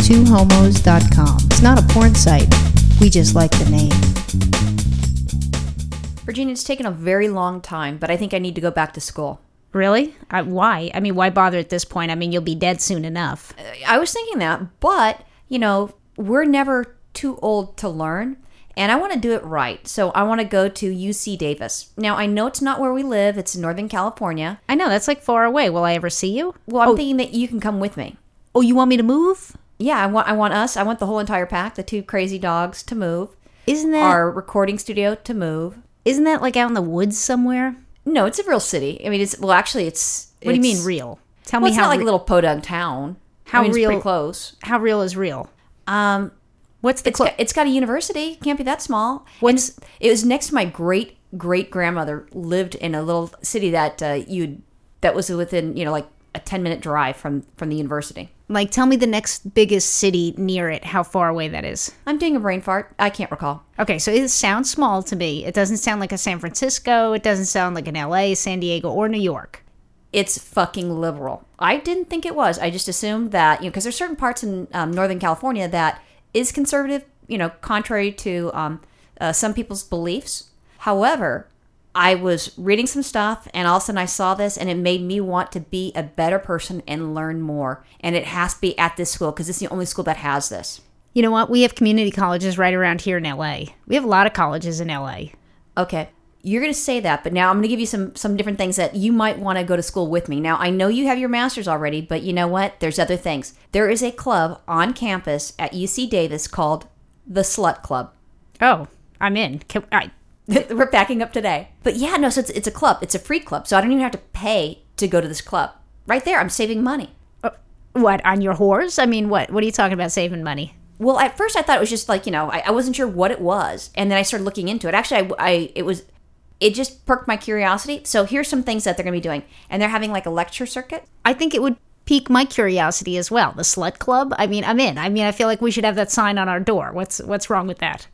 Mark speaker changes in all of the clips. Speaker 1: twohomos.com. It's not a porn site. We just like the name.
Speaker 2: Virginia, it's taken a very long time, but I think I need to go back to school.
Speaker 3: Really? I, why? I mean, why bother at this point? I mean, you'll be dead soon enough.
Speaker 2: I was thinking that, but, you know, we're never too old to learn, and I want to do it right. So I want to go to UC Davis. Now, I know it's not where we live, it's in Northern California.
Speaker 3: I know that's like far away. Will I ever see you?
Speaker 2: Well, I'm thinking that you can come with me.
Speaker 3: Oh, you want me to move?
Speaker 2: Yeah, I want I want us, I want the whole entire pack, the two crazy dogs to move,
Speaker 3: Isn't that
Speaker 2: our recording studio to move.
Speaker 3: not that like out in the woods somewhere?
Speaker 2: No, it's a real city. I mean, it's well, actually, it's.
Speaker 3: What do you mean
Speaker 2: it's-
Speaker 3: real? Tell
Speaker 2: Well,
Speaker 3: me
Speaker 2: it's
Speaker 3: how
Speaker 2: not like
Speaker 3: re-
Speaker 2: little Podunk town.
Speaker 3: How
Speaker 2: I mean, it's
Speaker 3: real-
Speaker 2: pretty close.
Speaker 3: how real is real.
Speaker 2: Um,
Speaker 3: What's the
Speaker 2: it's
Speaker 3: clo-
Speaker 2: got, it's got a university. Can't be that small.
Speaker 3: What's-
Speaker 2: And it was next to my great great grandmother lived in a little city that uh, you that was within you know like a ten minute drive from from the university.
Speaker 3: like? Tell me the next biggest city near it. How far away that is.
Speaker 2: I'm doing a brain fart. I can't recall.
Speaker 3: Okay, so it sounds small to me. It doesn't sound like a San Francisco. It doesn't sound like an LA, San Diego, or New York.
Speaker 2: It's fucking liberal. I didn't think it was. I just assumed that you know because there's certain parts in um, Northern California that is conservative. You know, contrary to um, uh, some people's beliefs. However, I was reading some stuff and all of a sudden I saw this and it made me want to be a better person and learn more. And it has to be at this school because it's the only school that has this.
Speaker 3: You know what? We have community colleges right around here in LA. We have a lot of colleges in LA.
Speaker 2: Okay. You're going to say that, but now I'm going to give you some some different things that you might want to go to school with me. Now, I know you have your masters already, but you know what? There's other things. There is a club on campus at UC Davis called the Slut Club.
Speaker 3: Oh, I'm in. Can, I,
Speaker 2: We're backing up today. But yeah, no, so it's, it's a club. It's a free club. So I don't even have to pay to go to this club. Right there, I'm saving money.
Speaker 3: what on your whores? I mean, what? What are you talking about saving money?
Speaker 2: Well, at first I thought it was just like you know I, I wasn't sure what it was, and then I started looking into it. Actually, I, I- it was it just perked my curiosity. So here's some things that they're going to be doing, and they're having like a lecture circuit.
Speaker 3: I think it would pique my curiosity as well. The slut club. I mean, I'm in. I mean, I feel like we should have that sign on our door. What's what's wrong with that?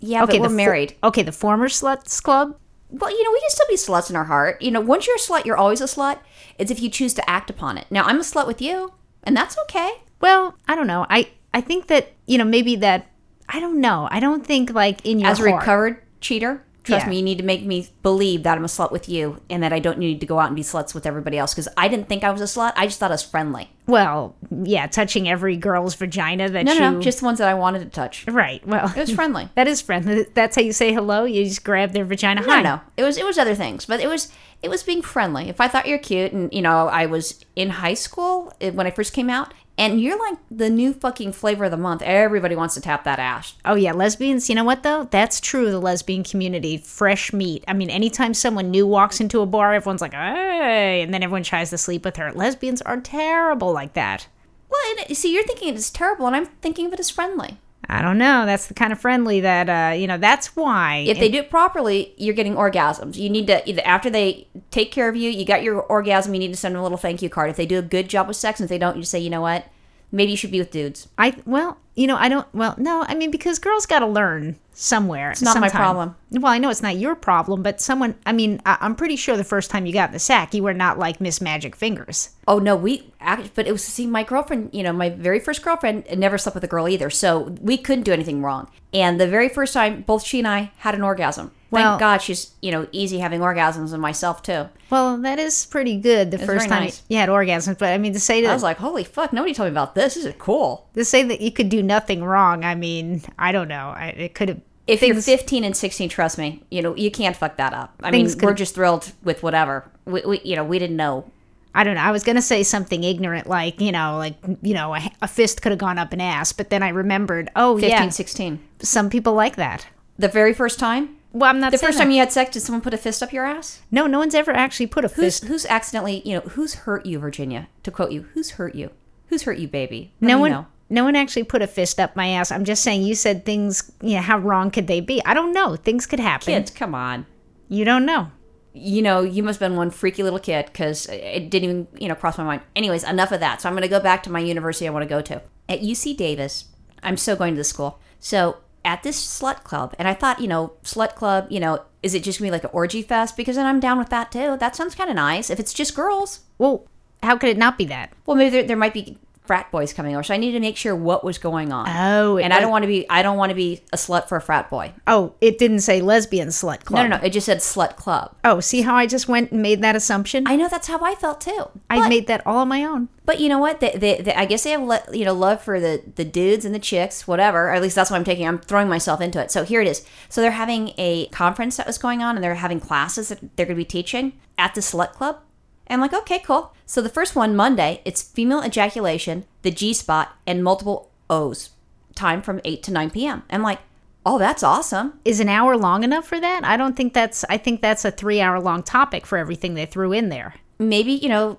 Speaker 2: Yeah, but
Speaker 3: the
Speaker 2: we're
Speaker 3: fo-
Speaker 2: married.
Speaker 3: okay, the former sluts club.
Speaker 2: Well, you know we can still be sluts in our heart. You know, once you're a slut, you're always a slut. It's if you choose to act upon it. Now I'm a slut with you, and that's okay.
Speaker 3: Well, I don't know. I I think that you know maybe that I don't know. I don't think like in your
Speaker 2: As a
Speaker 3: heart-
Speaker 2: recovered cheater, trust
Speaker 3: Yeah.
Speaker 2: me, you need to make me believe that I'm a slut with you, and that I don't need to go out and be sluts with everybody else because I didn't think I was a slut. I just thought I was friendly.
Speaker 3: Well, yeah, touching every girl's vagina that
Speaker 2: No,
Speaker 3: you
Speaker 2: no, no, just the ones that I wanted to touch. It
Speaker 3: right. Well,
Speaker 2: was friendly.
Speaker 3: that is friendly. That's how you say hello. You just grab their vagina.
Speaker 2: I
Speaker 3: Hi.
Speaker 2: don't know. It was it was other things, but it was it was being friendly. If I thought you're cute, and you know, I was in high school eh, when I first came out, and you're like the new fucking flavor of the month. Everybody wants to tap that ass.
Speaker 3: Oh yeah, lesbians. You know what though? That's true. of The lesbian community, fresh meat. I mean, anytime someone new walks into a bar, everyone's like, "Hey," and then everyone tries to sleep with her. Lesbians are terrible like that.
Speaker 2: Well, and, eh, see, you're thinking it is terrible, and I'm thinking of it as friendly.
Speaker 3: I don't know. That's the kind of friendly that uh, you know. That's why.
Speaker 2: If they do it properly, you're getting orgasms. You need to either after they take care of you, you got your orgasm. You need to send them a little thank you card. If they do a good job with sex, and if they don't, you just say, you know what, maybe you should be with dudes.
Speaker 3: I well, you know, I don't. Well, no, I mean because girls got to learn somewhere. It's
Speaker 2: not my problem.
Speaker 3: Well, I know it's not your problem, but someone. I mean, I, I'm pretty sure the first time you got in the sack, you were not like Miss Magic Fingers.
Speaker 2: Oh no, we act, but it was see my girlfriend. You know, my very first girlfriend never slept with a girl either, so we couldn't do anything wrong. And the very first time, both she and I had an orgasm.
Speaker 3: Well-
Speaker 2: Thank God she's you know easy having orgasms, and myself too.
Speaker 3: Well, that is pretty good. The first
Speaker 2: very
Speaker 3: time
Speaker 2: nice.
Speaker 3: you had orgasms, but I mean to say
Speaker 2: I
Speaker 3: that
Speaker 2: was like, holy fuck, nobody told me about this. This is cool.
Speaker 3: to say that you could do nothing wrong. I mean, I don't know. I, it could have.
Speaker 2: If you're 15 and 16, trust me, you know you can't fuck that up. I mean,
Speaker 3: Things could-
Speaker 2: we're just thrilled with whatever. We, we you know we didn't know.
Speaker 3: I don't know. I was gonna say something ignorant, like you know, like you know, a, a fist could have gone up an ass. But then I remembered. Oh
Speaker 2: 15,
Speaker 3: yeah,
Speaker 2: 16.
Speaker 3: some people like that.
Speaker 2: The very first time,
Speaker 3: Well, I'm not
Speaker 2: the first time you had sex, did someone put a fist up your ass?
Speaker 3: No, no one's ever actually put a
Speaker 2: Who's
Speaker 3: fist.
Speaker 2: who's accidentally, you know, who's hurt you, Virginia? To quote you, who's hurt you? Who's hurt you, baby? Let
Speaker 3: no
Speaker 2: me
Speaker 3: one.
Speaker 2: know.
Speaker 3: No one actually put a fist up my ass. I'm just saying. You said things. Yeah, how wrong could they be? I don't know. Things could happen.
Speaker 2: Kids, come on.
Speaker 3: You don't know.
Speaker 2: You know, you must have been one freaky little kid because it didn't even, you know, cross my mind. Anyways, enough of that. So I'm going to go back to my university I want to go to. At UC Davis, I'm still going to the school. So at this slut club, and I thought, you know, slut club, you know, is it just going to be like an orgy fest? Because then I'm down with that too. That sounds kind of nice. If it's just girls,
Speaker 3: Well, how could it not be that?
Speaker 2: well, maybe there, there might be frat boys coming over. So I needed to make sure what was going on.
Speaker 3: Oh, it
Speaker 2: and I don't
Speaker 3: was-
Speaker 2: want to be I don't want to be a slut for a frat boy.
Speaker 3: Oh, it didn't say lesbian slut
Speaker 2: No,
Speaker 3: club.
Speaker 2: no, no. It just said slut club.
Speaker 3: Oh, see how I just went and made that assumption? I,
Speaker 2: I know that's how I felt too. but,
Speaker 3: made that all on my own.
Speaker 2: but you know what? They, they, they, I guess they have le- you know love for the the dudes and the chicks, whatever. Or at least that's what I'm taking. I'm throwing myself into it. So here it is. So they're having a conference that was going on, and they're having classes that they're going to be teaching at the slut club. And I'm like, okay, cool. So the first one Monday, it's female ejaculation, the G spot, and multiple O's. Time from eight to nine p.m. I'm like, oh, that's awesome.
Speaker 3: Is an hour long enough for that? I don't think that's I think that's a 3-hour long topic for everything they threw in there.
Speaker 2: maybe you know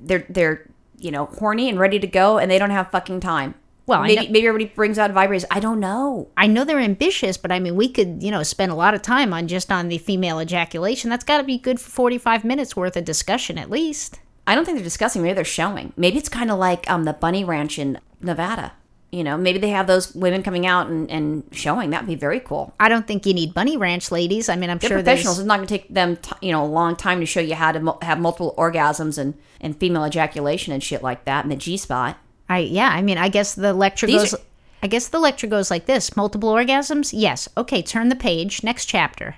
Speaker 2: they're they're you know horny and ready to go and they don't have fucking time
Speaker 3: Well, I
Speaker 2: maybe,
Speaker 3: know-
Speaker 2: maybe everybody brings out vibrators i don't know
Speaker 3: I know they're ambitious, but I mean we could, you know, spend a lot of time on just on the female ejaculation. That's got to be good for 45 minutes worth of discussion at least.
Speaker 2: i don't think they're discussing maybe they're showing maybe it's kind of like um the bunny ranch in nevada you know maybe they have those women coming out and, and showing that'd be very cool
Speaker 3: I don't think you need bunny ranch ladies. I mean, I'm
Speaker 2: they're
Speaker 3: sure
Speaker 2: professionals
Speaker 3: there's
Speaker 2: it's not going to take them t- you know a long time to show you how to mo- have multiple orgasms and and female ejaculation and shit like that and the g-spot
Speaker 3: I yeah, I mean, I guess the lecture
Speaker 2: These
Speaker 3: goes
Speaker 2: are-
Speaker 3: I guess the lecture goes like this. Multiple orgasms? Yes. Okay, turn the page. Next chapter.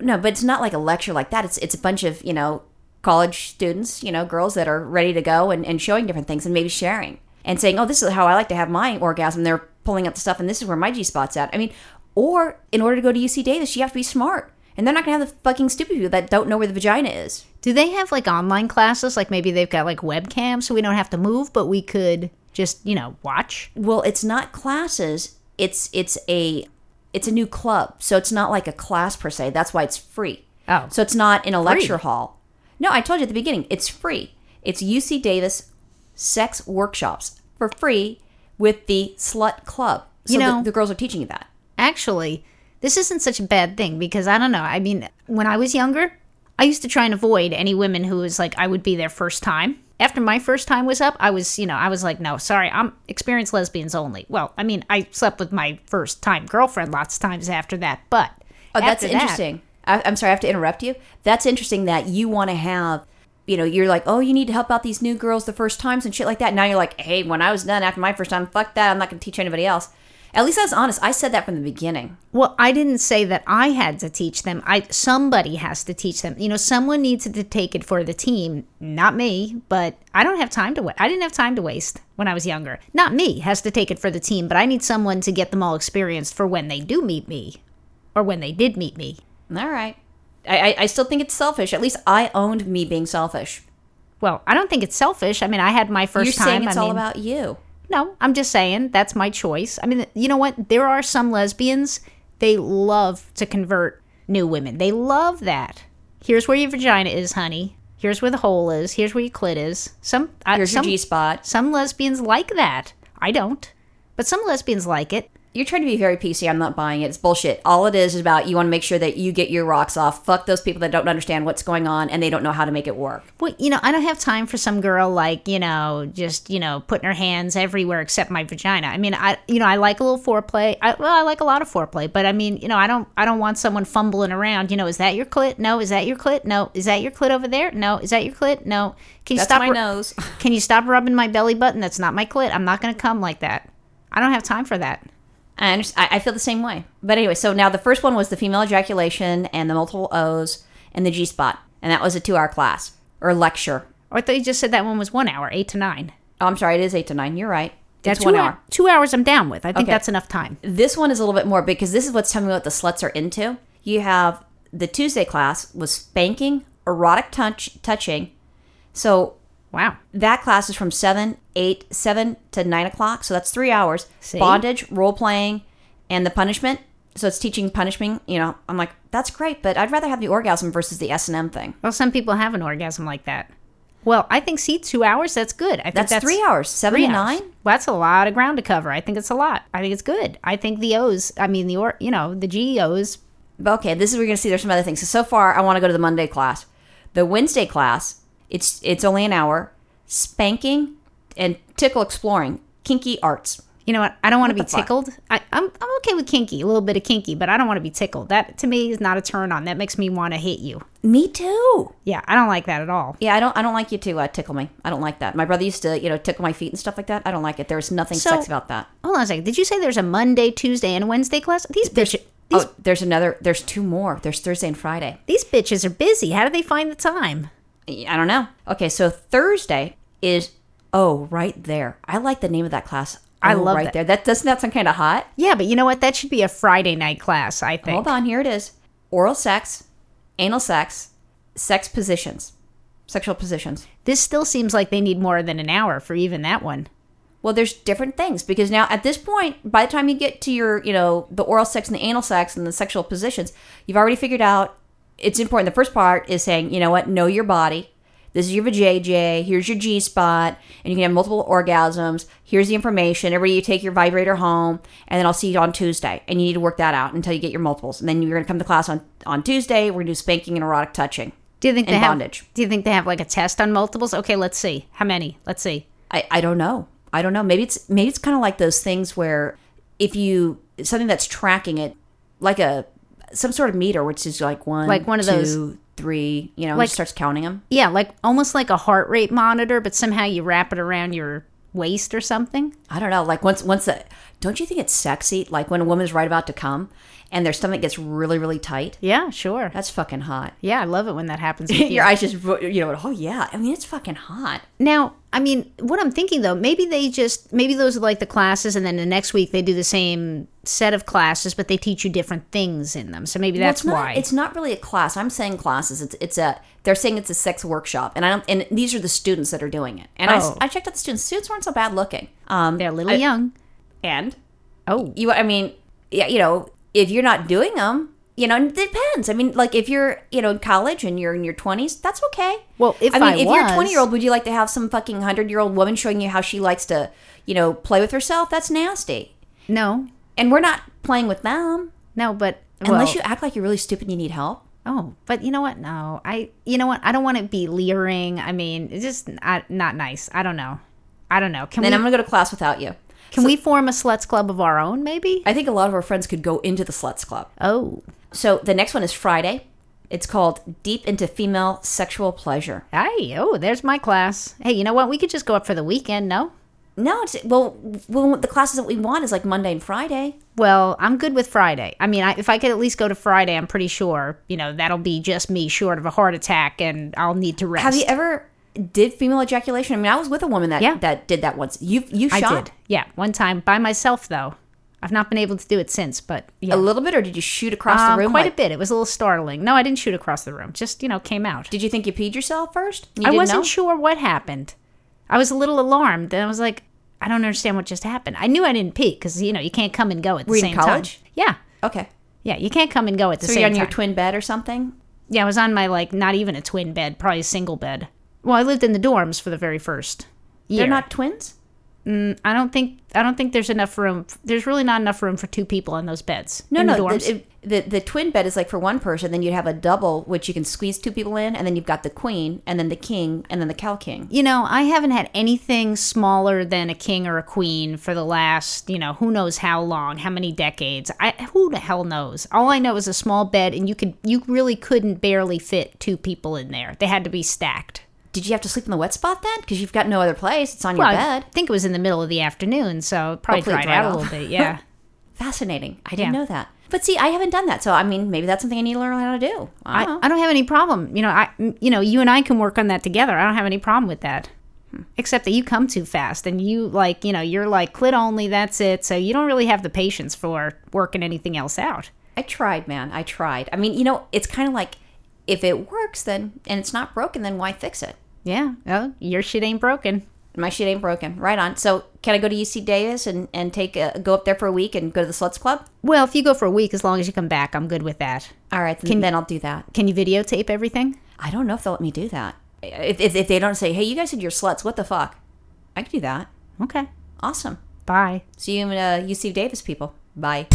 Speaker 2: No, but it's not like a lecture like that. It's it's a bunch of you know college students, you know, girls that are ready to go and, and showing different things and maybe sharing and saying, oh, this is how I like to have my orgasm. They're pulling up the stuff and this is where my G spot's at. I mean, or in order to go to UC Davis, you have to be smart. And they're not going to have the fucking stupid people that don't know where the vagina is.
Speaker 3: Do they have like online classes? Like maybe they've got like webcams so we don't have to move, but we could just, you know, watch.
Speaker 2: Well, it's not classes. It's it's a it's a new club, so it's not like a class per se. That's why it's free.
Speaker 3: Oh.
Speaker 2: So it's not in a lecture hall. No, I told you at the beginning, it's free. It's UC Davis sex workshops for free with the slut club. So
Speaker 3: You
Speaker 2: the-
Speaker 3: know-
Speaker 2: the, girls are teaching you that.
Speaker 3: Actually, this isn't such a bad thing because I don't know. I mean, when I was younger, I used to try and avoid any women who was like I would be their first time. After my first time was up, I was, you know, I was like, no, sorry, I'm experienced lesbians only. Well, I mean, I slept with my first time girlfriend lots of times after that, but
Speaker 2: Oh, that's
Speaker 3: after that-
Speaker 2: interesting. I, I'm sorry, I have to interrupt you. That's interesting that you want to have, you know, you're like, oh, you need to help out these new girls the first times and shit like that. Now you're like, hey, when I was done after my first time, fuck that. I'm not going to teach anybody else. At least I was honest. I said that from the beginning.
Speaker 3: Well, I didn't say that I had to teach them. I somebody has to teach them. You know, someone needs to take it for the team, not me. But I don't have time to. Wa- I didn't have time to waste when I was younger. Not me has to take it for the team, but I need someone to get them all experienced for when they do meet me, or when they did meet me.
Speaker 2: All right. I, I, I still think it's selfish. At least I owned me being selfish.
Speaker 3: Well, I don't think it's selfish. I mean, I had my 1st
Speaker 2: you You're
Speaker 3: time.
Speaker 2: saying it's
Speaker 3: I
Speaker 2: all
Speaker 3: mean-
Speaker 2: about you.
Speaker 3: No, I'm just saying that's my choice. I mean, you know what? There are some lesbians, they love to convert new women. They love that. Here's where your vagina is, honey. Here's where the hole is. Here's where your clit is. Some I-
Speaker 2: Here's
Speaker 3: some,
Speaker 2: your G spot.
Speaker 3: some lesbians like that. I don't. But some lesbians like it.
Speaker 2: You're trying to be very PC. I'm not buying it. It's bullshit. All it is is about you want to make sure that you get your rocks off. Fuck those people that don't understand what's going on and they don't know how to make it work.
Speaker 3: Well, you know, I don't have time for some girl like, you know, just, you know, putting her hands everywhere except my vagina. I mean, I, you know, I like a little foreplay. I, well, I like a lot of foreplay, but I mean, you know, I don't, I don't want someone fumbling around. You know, is that your clit? No. Is that your clit? No. Is that your clit over there? No. Is that your clit? No. Can you
Speaker 2: That's
Speaker 3: stop?
Speaker 2: my
Speaker 3: ru-
Speaker 2: nose.
Speaker 3: Can you stop rubbing my belly button? That's not my clit. I'm not going to come like that. I don't have time for that.
Speaker 2: I, under- I I feel the same way. But anyway, so now the first one was the female ejaculation and the multiple O's and the G spot. And that was a two hour class or lecture.
Speaker 3: Or I thought you just said that one was one hour, eight to nine.
Speaker 2: Oh, I'm sorry. It is eight to nine. You're right. That's
Speaker 3: two
Speaker 2: one
Speaker 3: hou-
Speaker 2: hour.
Speaker 3: Two hours. I'm down with. I think
Speaker 2: Okay.
Speaker 3: that's enough time.
Speaker 2: This one is a little bit more because this is what's telling me what the sluts are into. You have the Tuesday class was spanking, erotic touch, touching. So
Speaker 3: Wow.
Speaker 2: that class is from seven, eight, seven to nine o'clock. So that's three hours.
Speaker 3: See?
Speaker 2: Bondage, role playing, and the punishment. So it's teaching punishment. You know, I'm like, that's great, but I'd rather have the orgasm versus the S and M thing.
Speaker 3: Well, some people have an orgasm like that. Well, I think see two hours. That's good. I think
Speaker 2: That's,
Speaker 3: that's
Speaker 2: three hours, seven
Speaker 3: three
Speaker 2: to nine.
Speaker 3: hours. Well, that's a lot of ground to cover. I think it's a lot. I think it's good. I think the O's. I mean the or you know the G O's.
Speaker 2: But okay, this is we're gonna see. There's some other things. So so far, I want to go to the Monday class. The Wednesday class, it's it's only an hour. Spanking and tickle exploring, kinky arts.
Speaker 3: you know what? I don't want to be
Speaker 2: the fuck?
Speaker 3: tickled. I, I'm, I'm okay with kinky, a little bit of kinky, but I don't want to be tickled. That to me is not a turn on. That makes me want to hit you.
Speaker 2: Me too.
Speaker 3: Yeah, I don't like that at all.
Speaker 2: Yeah, I don't. I don't like you to uh, tickle me. I don't like that. My brother used to, you know, tickle my feet and stuff like that. I don't like it. There's nothing
Speaker 3: So-
Speaker 2: sexy about that.
Speaker 3: Hold on a second. Did you say there's a Monday, Tuesday, and Wednesday class? These bitches, these,
Speaker 2: Oh, there's another. There's two more. There's Thursday and Friday.
Speaker 3: these bitches are busy. How do they find the time?
Speaker 2: I don't know. Okay, so Thursday is oh right there. I like the name of that class.
Speaker 3: I
Speaker 2: Oh,
Speaker 3: love
Speaker 2: right
Speaker 3: that.
Speaker 2: there. That doesn't that sound kind of hot?
Speaker 3: Yeah, but you know what? That should be a Friday night class. I think.
Speaker 2: Hold on, here it is. Oral sex, anal sex, sex positions, sexual positions.
Speaker 3: This still seems like they need more than an hour for even that one.
Speaker 2: Well, there's different things because now at this point, by the time you get to your, you know, the oral sex and the anal sex and the sexual positions, you've already figured out it's important. The first part is saying, you know what, know your body. This is your vajayjay. Here's your G spot, and you can have multiple orgasms. Here's the information. Everybody, you take your vibrator home, and then I'll see you on Tuesday. And you need to work that out until you get your multiples. And then you're going to come to class on on Tuesday. We're going to do spanking and erotic touching.
Speaker 3: Do you think
Speaker 2: And
Speaker 3: they
Speaker 2: bondage.
Speaker 3: have? Do you think they have like a test on multiples? Okay, let's see. How many? Let's see.
Speaker 2: I, I don't know. I don't know. Maybe it's maybe it's kind of like those things where if you something that's tracking it, like a some sort of meter, which is like one,
Speaker 3: Like one of those-
Speaker 2: two, three, you know, and
Speaker 3: Like-
Speaker 2: it starts counting them.
Speaker 3: Yeah, like almost like a heart rate monitor, but somehow you wrap it around your waist or something.
Speaker 2: I don't know. Like once once the don't you think it's sexy? Like when a woman's right about to come and their stomach gets really really tight.
Speaker 3: Yeah, sure.
Speaker 2: That's fucking hot.
Speaker 3: Yeah, I love it when that happens. With you.
Speaker 2: Your eyes just ro- you know oh yeah. I mean it's fucking hot.
Speaker 3: Now, I mean, what I'm thinking though, maybe they just maybe those are like the classes, and then the next week they do the same set of classes, but they teach you different things in them. So maybe
Speaker 2: Well,
Speaker 3: that's
Speaker 2: it's not,
Speaker 3: why.
Speaker 2: it's not really a class. I'm saying classes. It's it's a they're saying it's a sex workshop, and I don't. And these are the students that are doing it. And I s
Speaker 3: Oh.
Speaker 2: I I, checked out the students. Students weren't so bad looking. Um,
Speaker 3: They're a little
Speaker 2: I-
Speaker 3: young.
Speaker 2: and
Speaker 3: Oh,
Speaker 2: you. I mean, yeah, you know, if you're not doing them, you know, it depends. I mean, like if you're you know in college and you're in your 20s, that's okay.
Speaker 3: Well, if
Speaker 2: I mean,
Speaker 3: I
Speaker 2: if you're a
Speaker 3: was-
Speaker 2: 20 year old, would you like to have some fucking hundred year old woman showing you how she likes to you know play with herself? That's nasty.
Speaker 3: no,
Speaker 2: And we're not playing with them
Speaker 3: no, but
Speaker 2: unless
Speaker 3: well,
Speaker 2: you act like you're really stupid and you need help.
Speaker 3: Oh, but you know what? No, I. You know what? I don't want to be leering. I mean, it's just not, not nice. I don't know. I don't know. Can
Speaker 2: Then
Speaker 3: we
Speaker 2: I'm gonna go to class without you.
Speaker 3: can we form a sluts club of our own? Maybe.
Speaker 2: I think a lot of our friends could go into the Sluts Club.
Speaker 3: Oh,
Speaker 2: So the next one is Friday. It's called Deep into Female Sexual Pleasure.
Speaker 3: hey, oh, there's my class. Hey, you know what? We could just go up for the weekend. No.
Speaker 2: No, it's well, well the classes that we want is like Monday and Friday.
Speaker 3: Well, I'm good with Friday. I mean, I, if I could at least go to Friday, I'm pretty sure, you know, that'll be just me short of a heart attack and I'll need to rest.
Speaker 2: Have you ever did female ejaculation? I mean, I was with a woman that
Speaker 3: Yeah.
Speaker 2: that did that once. You you
Speaker 3: I
Speaker 2: shot
Speaker 3: did. Yeah, one time by myself, though. I've not been able to do it since, but yeah.
Speaker 2: a little bit, or did you shoot across
Speaker 3: Um,
Speaker 2: the room?
Speaker 3: quite
Speaker 2: like-
Speaker 3: a bit. It was a little startling. No, I didn't shoot across the room. Just, you know, came out.
Speaker 2: Did you think you peed yourself first? You
Speaker 3: I
Speaker 2: didn't
Speaker 3: wasn't
Speaker 2: know?
Speaker 3: sure what happened. I was a little alarmed. And I was like, I don't understand what just happened. I knew I didn't pee because, you know, you can't come and go at the
Speaker 2: Were you in
Speaker 3: same
Speaker 2: college?
Speaker 3: time. Yeah.
Speaker 2: Okay,
Speaker 3: Yeah, you can't come and go at the
Speaker 2: so
Speaker 3: same
Speaker 2: you're on
Speaker 3: time.
Speaker 2: your twin bed or something.
Speaker 3: Yeah, I was on my like not even a twin bed, probably a single bed. Well, I lived in the dorms for the very first year.
Speaker 2: They're not twins.
Speaker 3: I don't think I don't think there's enough room. There's really not enough room for two people on those beds.
Speaker 2: No,
Speaker 3: in
Speaker 2: no.
Speaker 3: the dorms.
Speaker 2: The, the the twin bed is like for one person. Then you'd have a double, which you can squeeze two people in, and then you've got the queen, and then the king, and then the cow king.
Speaker 3: you know, I haven't had anything smaller than a king or a queen for the last, you know, who knows how long, how many decades. I who the hell knows. All I know is a small bed and you could you really couldn't barely fit two people in there. They had to be stacked.
Speaker 2: Did you have to sleep in the wet spot then? Because you've got no other place. It's on
Speaker 3: Well,
Speaker 2: your
Speaker 3: I
Speaker 2: bed.
Speaker 3: think it was in the middle of the afternoon, so it probably
Speaker 2: Hopefully it
Speaker 3: dried
Speaker 2: dried
Speaker 3: out
Speaker 2: off.
Speaker 3: a little bit. Yeah.
Speaker 2: Fascinating. I didn't
Speaker 3: Yeah.
Speaker 2: know that. But see, I haven't done that. So I mean, maybe that's something I need to learn how to do. I, don't
Speaker 3: I, I don't have any problem. You know, I m- you know, you and I can work on that together. I don't have any problem with that. Except that you come too fast and you like, you know, you're like clit only, that's it. So you don't really have the patience for working anything else out.
Speaker 2: I tried, man. I tried. I mean, you know, it's kind of like if it works, then and it's not broken, then why fix it?
Speaker 3: Yeah. Oh, your shit ain't broken.
Speaker 2: My shit ain't broken. Right on. So can I go to UC Davis and and take a, go up there for a week and go to the Sluts Club?
Speaker 3: Well, if you go for a week as long as you come back, I'm good with that.
Speaker 2: All right, then, then I'll do that.
Speaker 3: Can you videotape everything?
Speaker 2: I don't know if they'll let me do that. If, if, if they don't say, hey, you guys said you're sluts, what the fuck? I can do that.
Speaker 3: Okay.
Speaker 2: Awesome.
Speaker 3: Bye.
Speaker 2: See you in uh, UC Davis, people. Bye.